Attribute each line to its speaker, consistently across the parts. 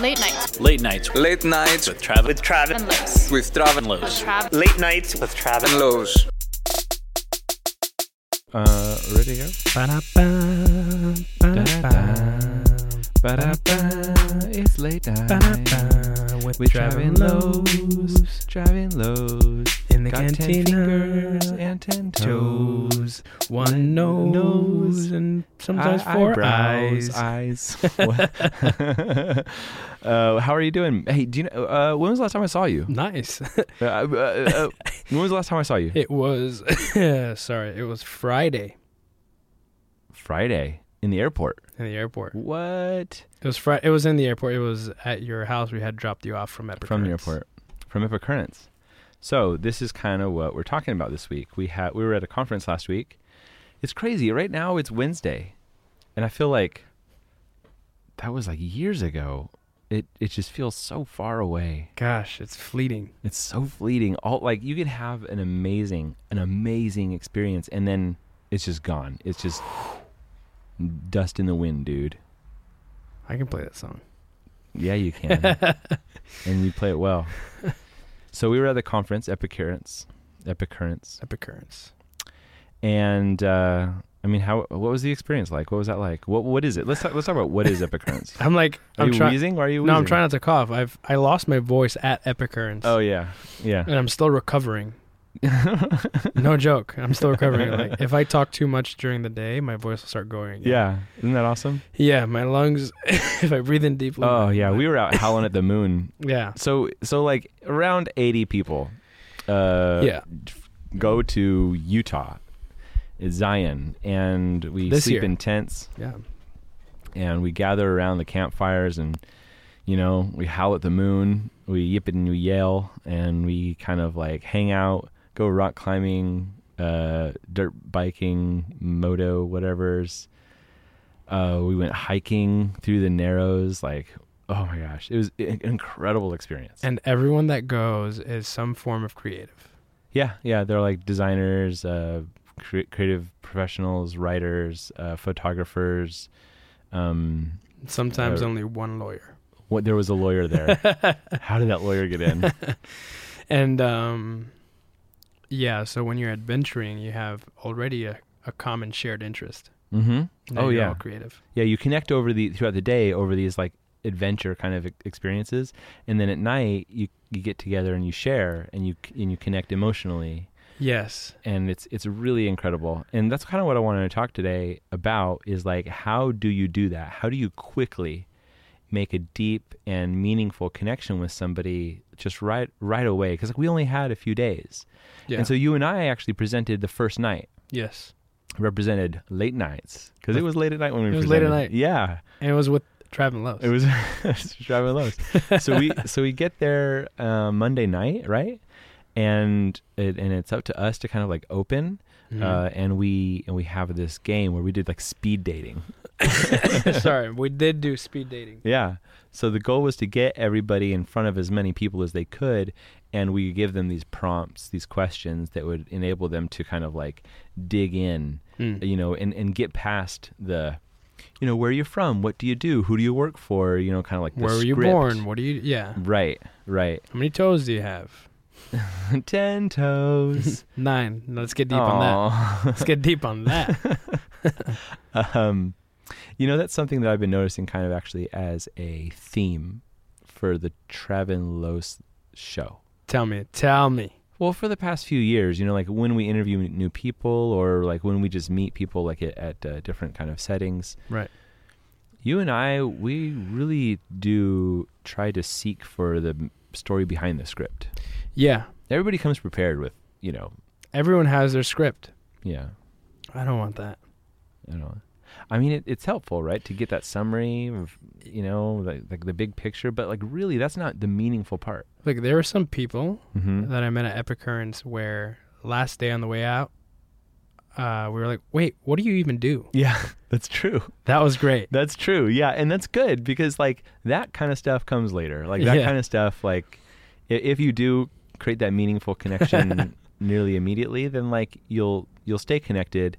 Speaker 1: Late nights
Speaker 2: Late nights
Speaker 3: Late nights
Speaker 2: with Travis
Speaker 4: with Travis
Speaker 1: and Lowe's.
Speaker 3: with Trav and
Speaker 2: Lowe's.
Speaker 1: Trav.
Speaker 4: late nights with Travis
Speaker 3: and Lowe's.
Speaker 5: Uh, ready to go?
Speaker 6: Ba-da-ba, ba-da-ba,
Speaker 5: Ba-da-ba, it's late night.
Speaker 6: ba-da-ba, with
Speaker 5: With driving
Speaker 6: Driving Lows
Speaker 5: lows, driving lows.
Speaker 6: in the
Speaker 5: Got ten fingers
Speaker 6: cantina.
Speaker 5: and ten toes.
Speaker 6: Toes, one nose,
Speaker 5: nose,
Speaker 6: and sometimes
Speaker 5: Eye-
Speaker 6: four
Speaker 5: eyebrows,
Speaker 6: eyes.
Speaker 5: Eyes. What? uh, how are you doing? Hey, do you know? Uh, when was the last time I saw you?
Speaker 6: Nice.
Speaker 5: Uh, uh, uh, when was the last time I saw you?
Speaker 6: it was sorry. It was Friday
Speaker 5: Friday in the airport.
Speaker 6: in the airport.
Speaker 5: What?
Speaker 6: It was Friday. It was in the airport. It was at your house. We had dropped you off from Epicurus.
Speaker 5: from the airport from Epic Currents. So this is kind of what we're talking about this week. We had we were at a conference last week. It's crazy. Right now it's Wednesday, and I feel like that was like years ago. It it just feels so far away.
Speaker 6: Gosh, it's fleeting.
Speaker 5: It's so fleeting. All like you can have an amazing an amazing experience, and then it's just gone. It's just dust in the wind, dude.
Speaker 6: I can play that song.
Speaker 5: Yeah, you can. and you play it well. So we were at the conference, Epicurrents, Epicurrents,
Speaker 6: Epicurus.
Speaker 5: and uh, I mean, how? What was the experience like? What was that like? What What is it? Let's talk, let's talk about what is Epicurrents.
Speaker 6: I'm like
Speaker 5: Are
Speaker 6: I'm
Speaker 5: you
Speaker 6: try-
Speaker 5: wheezing? Why are you wheezing?
Speaker 6: No, I'm trying not to cough. I've I lost my voice at Epicurus.
Speaker 5: Oh yeah, yeah.
Speaker 6: and I'm still recovering. no joke. I'm still recovering. Like if I talk too much during the day, my voice will start going. again.
Speaker 5: Yeah, isn't that awesome?
Speaker 6: Yeah, my lungs if I breathe in deeply.
Speaker 5: Oh yeah,
Speaker 6: my-
Speaker 5: we were out howling at the moon.
Speaker 6: Yeah.
Speaker 5: So so like around eighty people. Uh,
Speaker 6: Yeah.
Speaker 5: Go to Utah, it's Zion, and we
Speaker 6: This
Speaker 5: sleep
Speaker 6: year.
Speaker 5: in tents.
Speaker 6: Yeah.
Speaker 5: and we gather around the campfires and you know we howl at the moon we yip and we yell and we kind of like hang out go rock climbing uh dirt biking moto whatever's uh we went hiking through the narrows like oh my gosh it was i- an incredible experience
Speaker 6: And everyone that goes is some form of creative.
Speaker 5: yeah yeah they're like designers uh cre- creative professionals writers uh photographers um
Speaker 6: Sometimes
Speaker 5: Uh,
Speaker 6: only one lawyer.
Speaker 5: what there was a lawyer there how did that lawyer get in
Speaker 6: And um yeah, so when you're adventuring, you have already a, a common shared interest.
Speaker 5: Mm-hmm.
Speaker 6: Now
Speaker 5: Oh,
Speaker 6: you're
Speaker 5: yeah.
Speaker 6: all creative.
Speaker 5: Yeah, you connect over the throughout the day over these like adventure kind of e- experiences, and then at night you you get together and you share and you and you connect emotionally,
Speaker 6: Yes.
Speaker 5: and it's it's really incredible. And that's kind of what I wanted to talk today about is like how do you do that? How do you quickly make a deep and meaningful connection with somebody just right right away? Because like we only had a few days,
Speaker 6: Yeah.
Speaker 5: and so you and I actually presented the first night
Speaker 6: yes.
Speaker 5: represented late nights because it was late at night when we
Speaker 6: It was late at
Speaker 5: presented.
Speaker 6: night.
Speaker 5: yeah
Speaker 6: And it was with Travis Lowe's.
Speaker 5: it was, it was driving lows so we so we get there uh, monday night right and it, and it's up to us to kind of like open
Speaker 6: Mm-hmm.
Speaker 5: uh, and we and we have this game where we did like speed dating
Speaker 6: Sorry, we did do speed dating.
Speaker 5: yeah so the goal was to get everybody in front of as many people as they could and we give them these prompts these questions that would enable them to kind of like dig in
Speaker 6: Mm.
Speaker 5: you know, and, and get past the, you know, where are you from? What do you do? Who do you work for? You know, kind of like the
Speaker 6: Where were you
Speaker 5: script.
Speaker 6: born? What do you? Yeah.
Speaker 5: Right, right.
Speaker 6: How many toes do you have?
Speaker 5: Ten toes.
Speaker 6: Nine. Let's get deep on that.
Speaker 5: Aw.
Speaker 6: Let's get deep on that.
Speaker 5: um, you know, that's something that I've been noticing kind of actually as a theme for the Trevin Los show.
Speaker 6: tell me. Tell me.
Speaker 5: Well, for the past few years, you know, like when we interview new people or like when we just meet people like at, at uh, different kind of settings,
Speaker 6: Right.
Speaker 5: you and I, we really do try to seek for the m- story behind the script.
Speaker 6: Yeah.
Speaker 5: Everybody comes prepared with, you know,
Speaker 6: Everyone has their script.
Speaker 5: yeah,
Speaker 6: I don't want that.
Speaker 5: you know. I mean, it, it's helpful, right, to get that summary of, you know, like, like the big picture, but like really, that's not the meaningful part.
Speaker 6: Look, there were some people
Speaker 5: Mm-hmm.
Speaker 6: that I met at Epicurrents where last day on the way out, uh, we were like, wait, what do you even do?
Speaker 5: Yeah, that's true.
Speaker 6: That was great.
Speaker 5: That's true. Yeah, and that's good because like that kind of stuff comes later. Like that
Speaker 6: Yeah.
Speaker 5: kind of stuff. Like i- if you do create that meaningful connection nearly immediately, then like you'll you'll stay connected,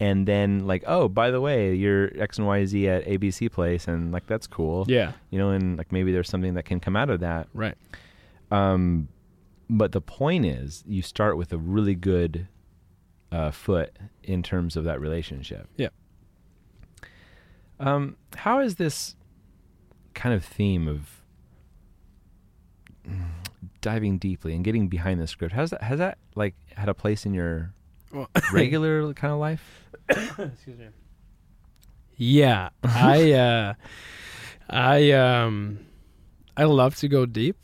Speaker 5: and then like oh by the way you're x and y z at abc place and like that's cool
Speaker 6: Yeah.
Speaker 5: you know and like maybe there's something that can come out of that
Speaker 6: Right.
Speaker 5: um but the point is you start with a really good uh, foot in terms of that relationship
Speaker 6: Yeah.
Speaker 5: um how is this kind of theme of diving deeply and getting behind the script has that has that like had a place in your
Speaker 6: Well-
Speaker 5: regular kind of life
Speaker 6: Excuse me. Yeah, I uh I um I love to go deep.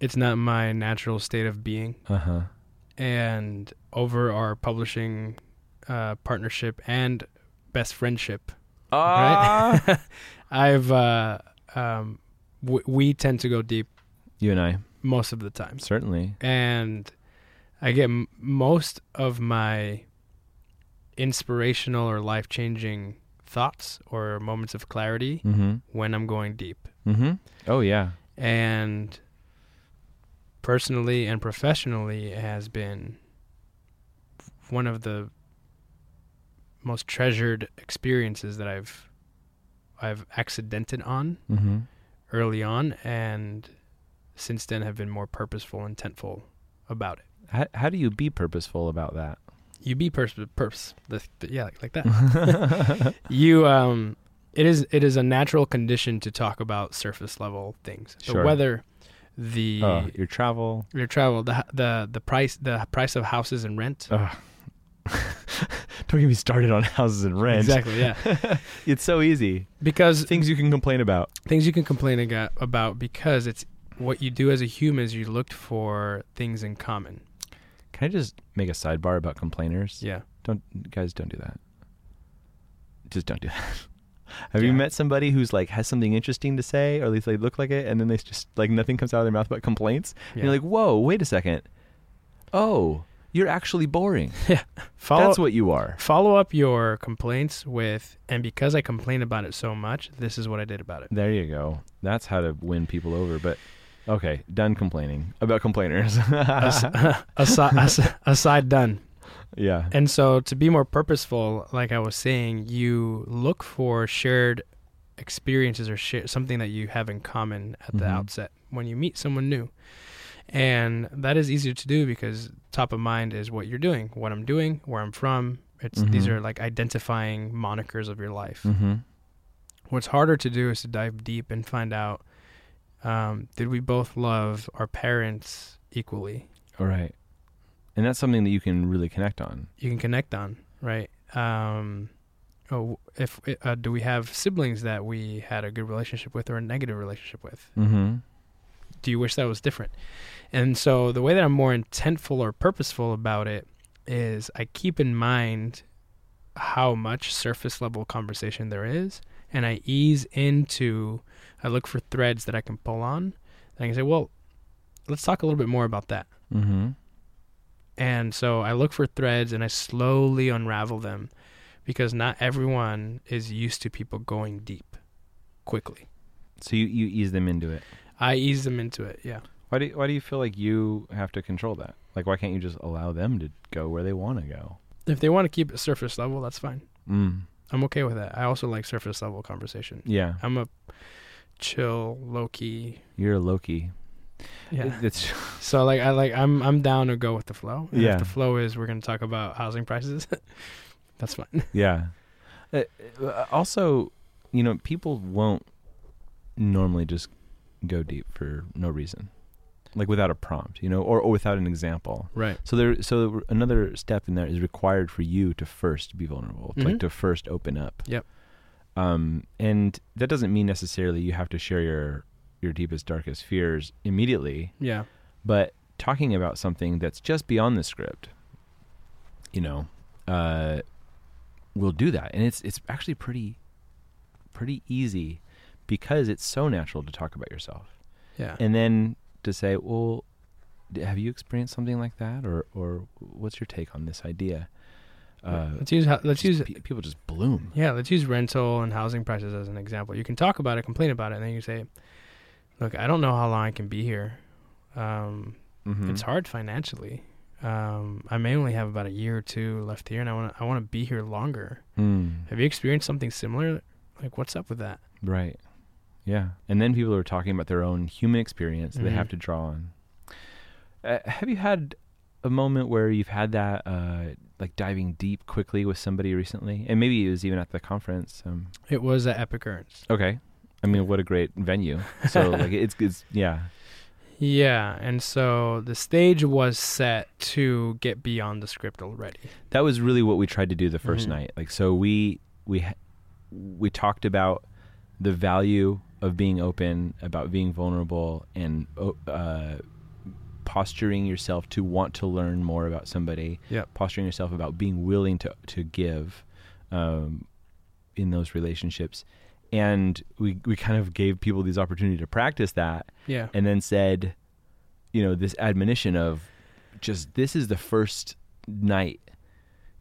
Speaker 6: It's not my natural state of being.
Speaker 5: uh-huh
Speaker 6: And over our publishing uh partnership and best friendship,
Speaker 5: Ah.
Speaker 6: right? I've uh um w- we tend to go deep
Speaker 5: you and I
Speaker 6: most of the time.
Speaker 5: certainly.
Speaker 6: and I get m- most of my inspirational or life changing thoughts or moments of clarity
Speaker 5: Mm-hmm.
Speaker 6: when I'm going deep.
Speaker 5: Mm-hmm. Oh yeah.
Speaker 6: And personally and professionally, it has been one of the most treasured experiences that I've I've accidented on
Speaker 5: Mm-hmm.
Speaker 6: early on, and since then have been more purposeful, intentful about it.
Speaker 5: How, how do you be purposeful about that?
Speaker 6: you be pers pers the, the, yeah like, like that you um it is it is a natural condition to talk about surface level things the
Speaker 5: Sure.
Speaker 6: weather the
Speaker 5: Oh, your travel.
Speaker 6: your travel the h- the the price the price of houses and rent
Speaker 5: Ugh. Don't get me started on houses and rent.
Speaker 6: exactly yeah
Speaker 5: It's so easy.
Speaker 6: because
Speaker 5: Things you can complain about.
Speaker 6: things you can complain aga- about because it's what you do as a human is you looked for things in common
Speaker 5: Can I just make a sidebar about complainers?
Speaker 6: yeah
Speaker 5: Don't guys don't do that. Just don't do that. Have you
Speaker 6: Yeah.
Speaker 5: met somebody who's like has something interesting to say, or at least they look like it, and then they just like nothing comes out of their mouth but complaints?
Speaker 6: yeah
Speaker 5: And you're like, whoa, wait a second. Oh, you're actually boring.
Speaker 6: follow
Speaker 5: That's what you are.
Speaker 6: follow up your complaints with and because I complain about it so much this is what I did about it
Speaker 5: There you go. That's how to win people over. But okay, done complaining about complainers.
Speaker 6: Asi- aside, aside, aside done.
Speaker 5: yeah.
Speaker 6: And so to be more purposeful, like I was saying, you look for shared experiences or share, something that you have in common at the
Speaker 5: Mhm.
Speaker 6: outset when you meet someone new. And that is easier to do because top of mind is what you're doing, what I'm doing, where I'm from. It's these
Speaker 5: Mhm.
Speaker 6: are like identifying monikers of your life.
Speaker 5: Mm-hmm.
Speaker 6: What's harder to do is to dive deep and find out um, did we both love our parents equally?
Speaker 5: All right. And that's something that you can really connect on.
Speaker 6: you can connect on, right? Um, oh, if uh, do we have siblings that we had a good relationship with or a negative relationship with?
Speaker 5: Mm-hmm.
Speaker 6: Do you wish that was different? And so the way that I'm more intentful or purposeful about it is I keep in mind how much surface level conversation there is, and I ease into. I look for threads that I can pull on, and I can say, "Well, let's talk a little bit more about that."
Speaker 5: Mm-hmm.
Speaker 6: And so I look for threads and I slowly unravel them because not everyone is used to people going deep quickly.
Speaker 5: So you, you ease them into it.
Speaker 6: I ease them into it. Yeah.
Speaker 5: Why do you, why do you feel like you have to control that? Like why can't you just allow them to go where they want to go?
Speaker 6: If they want to keep it surface level, that's fine.
Speaker 5: Mm.
Speaker 6: I'm okay with that. I also like surface level conversation.
Speaker 5: Yeah.
Speaker 6: I'm a chill, low key.
Speaker 5: You're a Loki.
Speaker 6: Yeah.
Speaker 5: It's
Speaker 6: So like I like I'm I'm down to go with the flow. And
Speaker 5: Yeah.
Speaker 6: If the flow is we're gonna talk about housing prices, that's fine.
Speaker 5: Yeah. Uh, uh, also, you know, people won't normally just go deep for no reason, like without a prompt, you know, or, or without an example.
Speaker 6: Right.
Speaker 5: So there, so another step in there is required for you to first be vulnerable,
Speaker 6: Mhm.
Speaker 5: like to first open up.
Speaker 6: Yep.
Speaker 5: Um, and that doesn't mean necessarily you have to share your your deepest, darkest fears immediately
Speaker 6: Yeah.
Speaker 5: but talking about something that's just beyond the script, you know, uh, will do that, and it's it's actually pretty pretty easy because it's so natural to talk about yourself,
Speaker 6: Yeah.
Speaker 5: and then to say, well, d- have you experienced something like that, or or what's your take on this idea? Uh,
Speaker 6: let's use ho- let's
Speaker 5: just
Speaker 6: use
Speaker 5: pe- people just bloom.
Speaker 6: Yeah, let's use rental and housing prices as an example. You can talk about it, complain about it, and then you say, "Look, I don't know how long I can be here. Um,
Speaker 5: Mhm.
Speaker 6: It's hard financially. Um, I may only have about a year or two left here, and I want to I want to be here longer.
Speaker 5: Mm,
Speaker 6: Have you experienced something similar? Like, what's up with that?
Speaker 5: right. Yeah. And then people are talking about their own human experience that they have
Speaker 6: Mhm.
Speaker 5: to draw on. Uh, have you had a moment where you've had that, uh, like diving deep quickly with somebody recently? And maybe it was even at the conference. Um,
Speaker 6: It was at Epic Earns.
Speaker 5: okay. I mean, what a great venue. So, like, it's, it's, yeah.
Speaker 6: Yeah, and so the stage was set to get beyond the script already.
Speaker 5: that was really what we tried to do the 1st
Speaker 6: Mhm.
Speaker 5: night like so we we ha- we talked about the value of being open about being vulnerable and o- uh, posturing yourself to want to learn more about somebody
Speaker 6: Yep.
Speaker 5: posturing yourself about being willing to to give um, in those relationships and we we kind of gave people these opportunity to practice that
Speaker 6: Yeah.
Speaker 5: and then said, you know, this admonition of just this is the first night.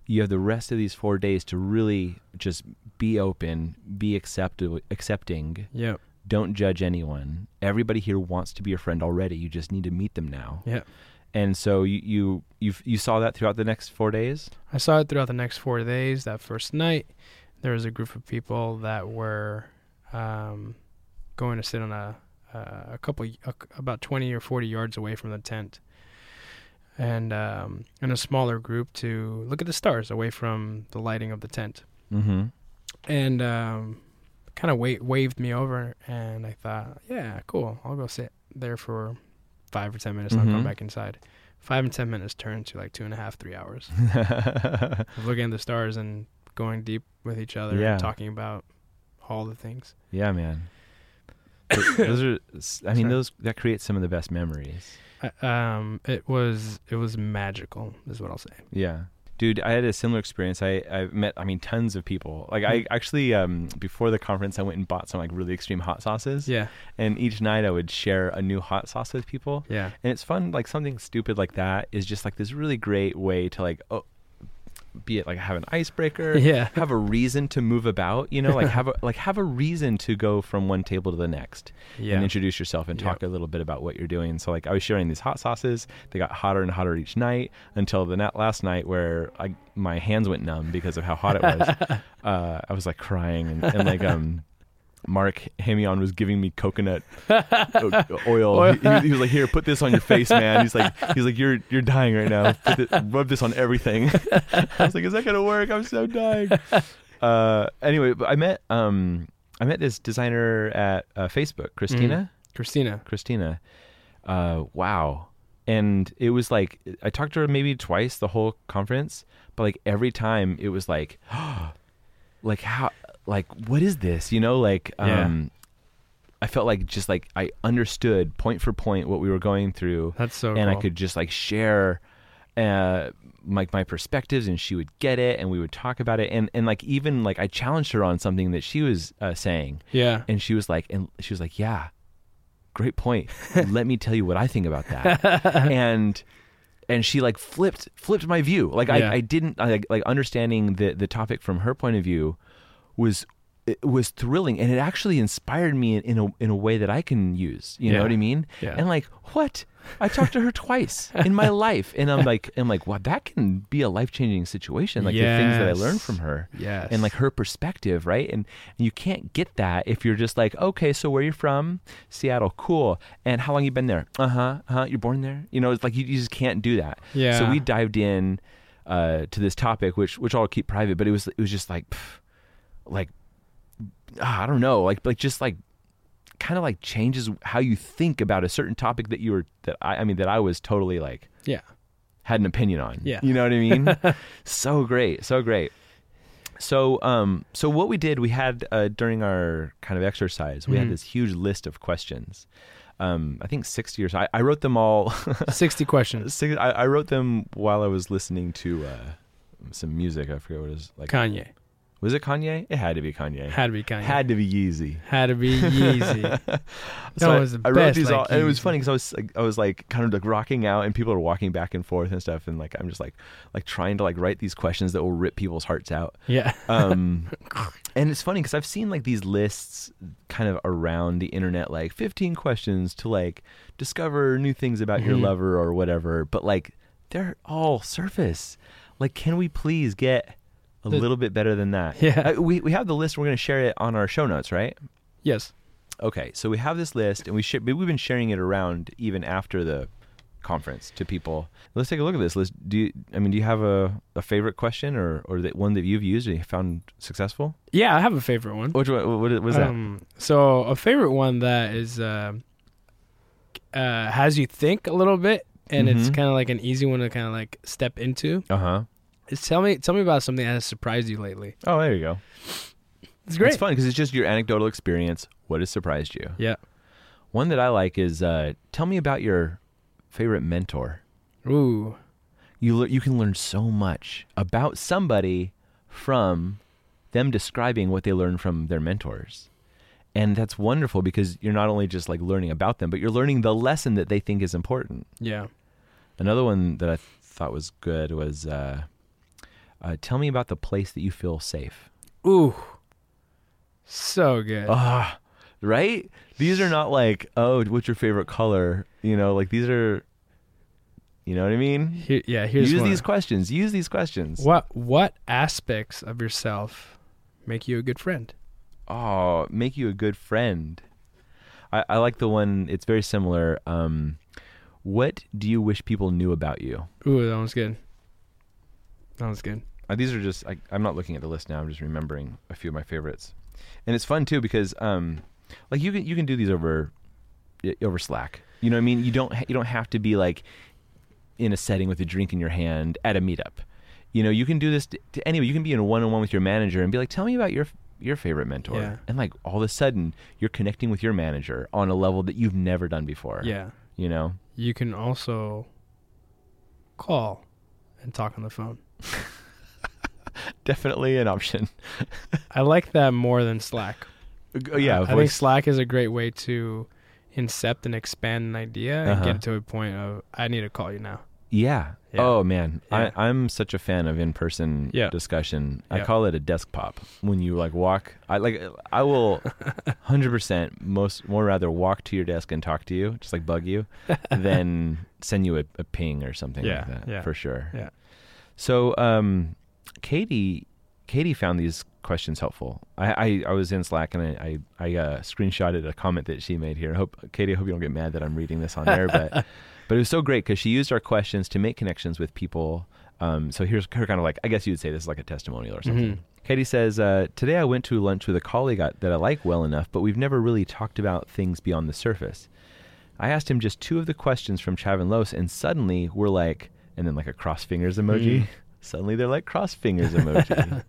Speaker 5: You have the rest of these four days to really just be open, be accepti- accepting.
Speaker 6: Yep.
Speaker 5: Don't judge anyone. Everybody here wants to be your friend already. You just need to meet them now.
Speaker 6: Yep.
Speaker 5: And so you you you've, you saw that throughout the next four days.
Speaker 6: I saw it throughout the next four days. That first night, there was a group of people that were um, going to sit on a uh, a couple a, about twenty or forty yards away from the tent, and um, in a smaller group to look at the stars away from the lighting of the tent,
Speaker 5: Mm-hmm.
Speaker 6: and um, kind of wa- waved me over, and I thought, yeah, cool, I'll go sit there for five or ten minutes, and I'll
Speaker 5: Mhm.
Speaker 6: come back inside. Five and ten minutes turned to like two and a half, three hours of looking at the stars and going deep with each other
Speaker 5: Yeah.
Speaker 6: and talking about all the things.
Speaker 5: yeah, man. Th- those are. s- I mean,
Speaker 6: Sorry.
Speaker 5: those that creates some of the best memories.
Speaker 6: I- Um, it was it was magical, is what I'll say.
Speaker 5: Yeah. Dude, I had a similar experience. I, I met, I mean, tons of people. Like,
Speaker 6: Hmm.
Speaker 5: I actually, um, before the conference, I went and bought some like really extreme hot sauces.
Speaker 6: Yeah,
Speaker 5: And each night I would share a new hot sauce with people.
Speaker 6: yeah,
Speaker 5: And it's fun, like, something stupid like that is just like this really great way to, like, oh, be it like have an icebreaker,
Speaker 6: yeah,
Speaker 5: have a reason to move about, you know, like have a, like have a reason to go from one table to the next and
Speaker 6: yeah.
Speaker 5: introduce yourself and talk a little bit about what you're doing. So like I was sharing these hot sauces, they got hotter and hotter each night until the na- last night where I my hands went numb because of how hot it was. uh, I was like crying and, and like um. Mark Hamion was giving me coconut o- oil. He, he was- he was like, "Here, put this on your face, man." He's like, "He's like, you're you're dying right now. Put thi- rub this on everything." I was like, "Is that gonna work? I'm so dying." Uh, anyway, but I met um I met this designer at uh, Facebook, Christina.
Speaker 6: Mm-hmm. Christina.
Speaker 5: Christina. Uh, wow. And it was like I talked to her maybe twice the whole conference, but like every time it was like, like how, like what is this? You know, like
Speaker 6: Yeah.
Speaker 5: um, I felt like just like I understood point for point what we were going through,
Speaker 6: That's so.
Speaker 5: and I
Speaker 6: cool.
Speaker 5: could just like share uh like my perspectives and she would get it and we would talk about it and and like even like I challenged her on something that she was uh, saying
Speaker 6: Yeah,
Speaker 5: and she was like, and she was like, yeah, great point. Let me tell you what I think about that. and and she like flipped flipped my view. Like
Speaker 6: Yeah.
Speaker 5: I, I didn't I, like like understanding the the topic from her point of view was it was thrilling and it actually inspired me in, in a in a way that I can use. You
Speaker 6: Yeah.
Speaker 5: know what I mean?
Speaker 6: Yeah.
Speaker 5: And like what? I talked to her twice in my life, and I'm like, I'm like, wow, that can be a life changing situation. Like the things that I learned
Speaker 6: Yes.
Speaker 5: from her
Speaker 6: yes,
Speaker 5: and like her perspective, right? And, and you can't get that if you're just like, okay, so where you from? Seattle, cool. And how long you been there? Uh huh. Uh huh. You're born there. You know, it's like you, you just can't do that.
Speaker 6: Yeah.
Speaker 5: So we dived in uh, to this topic, which which I'll keep private, but it was it was just like, pff, like ah, I don't know, like like just like kind of like changes how you think about a certain topic that you were that I I mean that I was totally like
Speaker 6: yeah,
Speaker 5: had an opinion on.
Speaker 6: Yeah.
Speaker 5: You know what I mean? so great. So great. So um so what we did we had uh, during our kind of exercise we
Speaker 6: Mhm.
Speaker 5: had this huge list of questions. Um I think 60 or so. I, I wrote them all
Speaker 6: sixty questions.
Speaker 5: six, I, I wrote them while I was listening to uh some music. I forget what it was like.
Speaker 6: Kanye
Speaker 5: was it Kanye? It had to be Kanye.
Speaker 6: had to be Kanye.
Speaker 5: Had to be Yeezy.
Speaker 6: Had to be Yeezy.
Speaker 5: So
Speaker 6: No,
Speaker 5: I-
Speaker 6: it was the
Speaker 5: I wrote
Speaker 6: best,
Speaker 5: these
Speaker 6: like,
Speaker 5: all, and it was
Speaker 6: Yeezy.
Speaker 5: funny because I was like, I was like kind of like rocking out, and people are walking back and forth and stuff, and like I'm just like like trying to like write these questions that will rip people's hearts out.
Speaker 6: yeah,
Speaker 5: Um, and it's funny because I've seen like these lists kind of around the internet, like 15 questions to like discover new things about your
Speaker 6: Mhm.
Speaker 5: lover or whatever, but like they're all surface. Like, can we please get a
Speaker 6: The-
Speaker 5: little bit better than that?
Speaker 6: Yeah.
Speaker 5: Uh, we we have the list. We're going to share it on our show notes, right?
Speaker 6: Yes.
Speaker 5: Okay, so we have this list, and we sh- we've been sharing it around even after the conference to people. Let's take a look at this list. Do you, I mean, do you have a, a favorite question or or that one that you've used and you found successful?
Speaker 6: Yeah, I have a favorite one.
Speaker 5: Which one? What, what is that?
Speaker 6: Um, so a favorite one that is uh, uh, has you think a little bit, and it's
Speaker 5: Mhm.
Speaker 6: kind of like an easy one to kind of like step into.
Speaker 5: Uh huh.
Speaker 6: Is tell me, tell me about something that has surprised you lately.
Speaker 5: Oh, there you go.
Speaker 6: It's great.
Speaker 5: It's fun because it's just your anecdotal experience. What has surprised you?
Speaker 6: Yeah.
Speaker 5: One that I like is uh, tell me about your favorite mentor.
Speaker 6: Ooh.
Speaker 5: You le- you can learn so much about somebody from them describing what they learned from their mentors. And that's wonderful because you're not only just like learning about them, but you're learning the lesson that they think is important.
Speaker 6: Yeah.
Speaker 5: Another one that I thought was good was uh, uh, tell me about the place that you feel safe.
Speaker 6: Ooh. So good.
Speaker 5: Ah, right? These are not like, oh, what's your favorite color? You know, like these are, you know what I mean?
Speaker 6: Here, yeah. Here's
Speaker 5: use
Speaker 6: one.
Speaker 5: these questions. Use these questions.
Speaker 6: What What aspects of yourself make you a good friend?
Speaker 5: Oh, make you a good friend. I, I like the one. It's very similar. Um, what do you wish people knew about you?
Speaker 6: Ooh, that one's good. That one's good.
Speaker 5: Uh, these are just I, I'm not looking at the list now. I'm just remembering a few of my favorites, and it's fun too because um, like you can you can do these over y- over Slack. You know what I mean? You don't ha- you don't have to be like in a setting with a drink in your hand at a meetup. You know, you can do this to, to anyway. You can be in a one on one with your manager and be like, "Tell me about your f- your favorite mentor,"
Speaker 6: Yeah.
Speaker 5: and like all of a sudden you're connecting with your manager on a level that you've never done before.
Speaker 6: Yeah.
Speaker 5: you know.
Speaker 6: You can also call and talk on the phone.
Speaker 5: Definitely an option.
Speaker 6: I like that more than Slack.
Speaker 5: Uh, yeah,
Speaker 6: I think
Speaker 5: voice-
Speaker 6: Slack is a great way to incept and expand an idea and
Speaker 5: Uh-huh.
Speaker 6: get it to a point of I need to call you now.
Speaker 5: Yeah.
Speaker 6: Yeah.
Speaker 5: Oh man,
Speaker 6: Yeah.
Speaker 5: I, I'm such a fan of in-person
Speaker 6: Yeah.
Speaker 5: discussion. I
Speaker 6: Yeah.
Speaker 5: call it a desk pop when you like walk. I like I will, hundred percent most more rather walk to your desk and talk to you, just like bug you, than send you a, a ping or something
Speaker 6: Yeah,
Speaker 5: like that
Speaker 6: yeah,
Speaker 5: for sure.
Speaker 6: yeah.
Speaker 5: So, um, Katie, Katie found these questions helpful. I I, I was in Slack and I I, I uh, screenshotted a comment that she made here. I hope Katie, I hope you don't get mad that I'm reading this on there, but. But it was so great because she used our questions to make connections with people. Um, so here's her kind of like, I guess you would say this is like a testimonial or something.
Speaker 6: Mhm.
Speaker 5: Katie says, uh, Today I went to lunch with a colleague I, that I like well enough, but we've never really talked about things beyond the surface. I asked him just two of the questions from Chavanlos, and suddenly we're like, and then like a cross fingers emoji. suddenly they're like cross fingers emoji.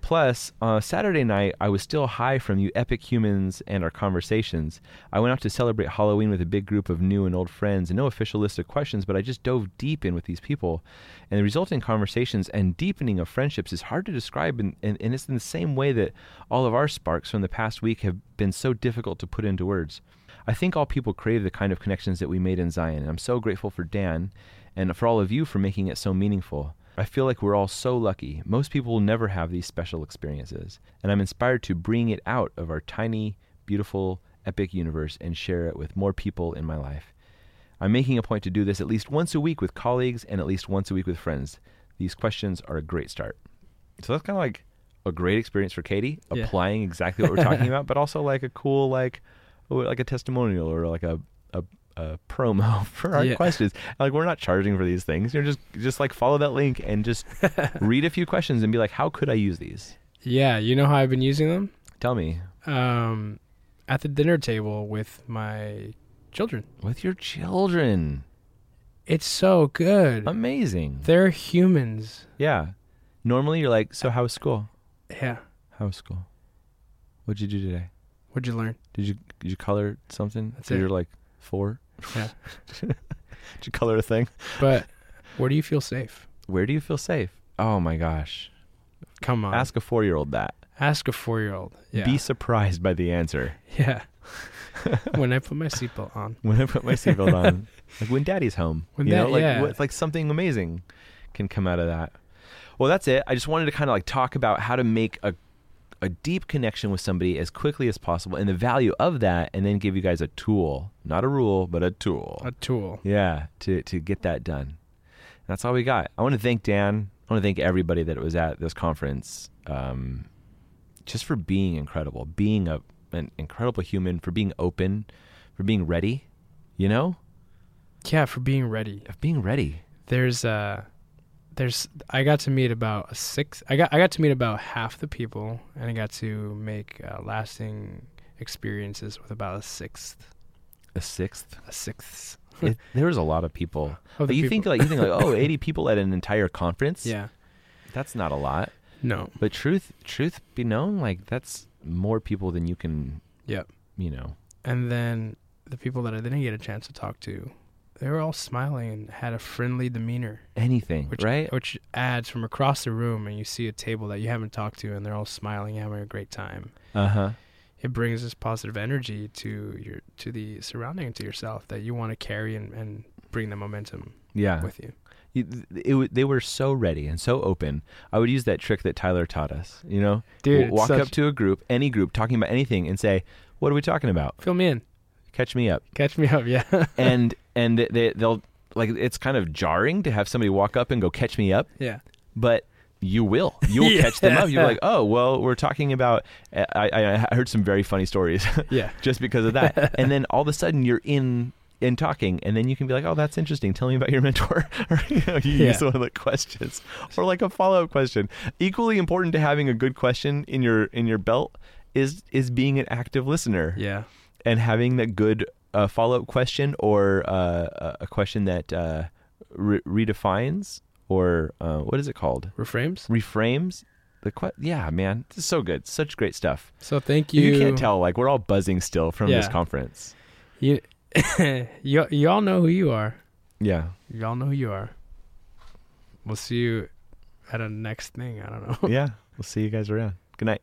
Speaker 5: Plus, uh, Saturday night, I was still high from you epic humans and our conversations. I went out to celebrate Halloween with a big group of new and old friends, and no official list of questions, but I just dove deep in with these people. And the resulting conversations and deepening of friendships is hard to describe, and, and, and it's in the same way that all of our sparks from the past week have been so difficult to put into words. I think all people crave the kind of connections that we made in Zion, and I'm so grateful for Dan and for all of you for making it so meaningful. I feel like we're all so lucky. Most people will never have these special experiences, and I'm inspired to bring it out of our tiny, beautiful, epic universe and share it with more people in my life. I'm making a point to do this at least once a week with colleagues and at least once a week with friends. These questions are a great start. So that's kind of like a great experience for Katie,
Speaker 6: Yeah.
Speaker 5: applying exactly what we're talking about, but also like a cool like oh, like a testimonial or like a a, a promo for our
Speaker 6: Yeah.
Speaker 5: questions. Like we're not charging for these things. You're just just like follow that link and just read a few questions and be like, how could I use these?
Speaker 6: Yeah, you know how I've been using them?
Speaker 5: Tell me
Speaker 6: Um, at the dinner table with my children.
Speaker 5: with your children.
Speaker 6: It's so good.
Speaker 5: Amazing.
Speaker 6: They're humans.
Speaker 5: Yeah. Normally you're like, so how was school?
Speaker 6: Yeah.
Speaker 5: How was school? What'd you do today?
Speaker 6: What'd you learn?
Speaker 5: Did you did you color something?
Speaker 6: That's
Speaker 5: So
Speaker 6: it.
Speaker 5: You're like four.
Speaker 6: Yeah.
Speaker 5: did you color a thing?
Speaker 6: But where do you feel safe?
Speaker 5: Where do you feel safe? Oh my gosh!
Speaker 6: Come on.
Speaker 5: Ask a four year old that.
Speaker 6: Ask a four year old. Yeah.
Speaker 5: Be surprised by the answer.
Speaker 6: yeah. when I put my seatbelt on.
Speaker 5: When I put my seatbelt on, like when Daddy's home,
Speaker 6: When
Speaker 5: you know,
Speaker 6: Dad-
Speaker 5: like
Speaker 6: yeah.
Speaker 5: what, like something amazing can come out of that. Well, that's it. I just wanted to kind of like talk about how to make a a deep connection with somebody as quickly as possible, and the value of that, and then give you guys a tool, not a rule, but a tool.
Speaker 6: A tool.
Speaker 5: Yeah, to to get that done. That's all we got. I want to thank Dan. I want to thank everybody that was at this conference, um, just for being incredible, being a, an incredible human, for being open, for being ready. You know,
Speaker 6: Yeah, for being ready.
Speaker 5: of being ready.
Speaker 6: There's uh there's I got to meet about a six I got I got to meet about half the people and I got to make uh, lasting experiences with about a sixth
Speaker 5: A sixth.
Speaker 6: a sixth
Speaker 5: it, there was a lot of people.
Speaker 6: of
Speaker 5: But
Speaker 6: the
Speaker 5: you
Speaker 6: people.
Speaker 5: think like you think like oh 80 people at an entire conference.
Speaker 6: yeah
Speaker 5: that's not a lot.
Speaker 6: no
Speaker 5: But truth, truth be known, like that's more people than you can.
Speaker 6: Yep.
Speaker 5: You know,
Speaker 6: and then the people that I didn't get a chance to talk to they were all smiling and had a friendly demeanor
Speaker 5: anything,
Speaker 6: which
Speaker 5: right?
Speaker 6: which adds from across the room and you see a table that you haven't talked to and they're all smiling having a great time
Speaker 5: Uh huh.
Speaker 6: it brings this positive energy to your to the surrounding and to yourself that you want to carry and, and bring the momentum
Speaker 5: Yeah.
Speaker 6: with you
Speaker 5: it, it, wa- they were so ready and so open. I would use that trick that Tyler taught us. You know,
Speaker 6: Dude,
Speaker 5: W- walk
Speaker 6: such-
Speaker 5: up to a group, any group, talking about anything, and say, "What are we talking about?
Speaker 6: fill me in
Speaker 5: Catch me up."
Speaker 6: catch me up yeah
Speaker 5: and and they they'll like it's kind of jarring to have somebody walk up and go, "Catch me up."
Speaker 6: yeah
Speaker 5: but you will you'll
Speaker 6: Yeah.
Speaker 5: catch them up you're like oh well we're talking about i, I, I heard some very funny stories
Speaker 6: yeah
Speaker 5: just because of that and then all of a sudden you're in in talking and then you can be like oh that's interesting tell me about your mentor or you know you
Speaker 6: Yeah.
Speaker 5: use one of the questions or like a follow-up question equally important to having a good question in your in your belt is is being an active listener
Speaker 6: yeah
Speaker 5: and having that good uh, follow-up question or uh, a- a question that uh, re- redefines or uh, what is it called
Speaker 6: reframes
Speaker 5: reframes the que- yeah man this is so good such great stuff
Speaker 6: so thank you
Speaker 5: you, can't tell like we're all buzzing still from this
Speaker 6: Yeah.
Speaker 5: conference
Speaker 6: you you you all know who you are
Speaker 5: yeah
Speaker 6: y'all know who you are we'll see you at a next thing i don't know
Speaker 5: yeah we'll see you guys around good night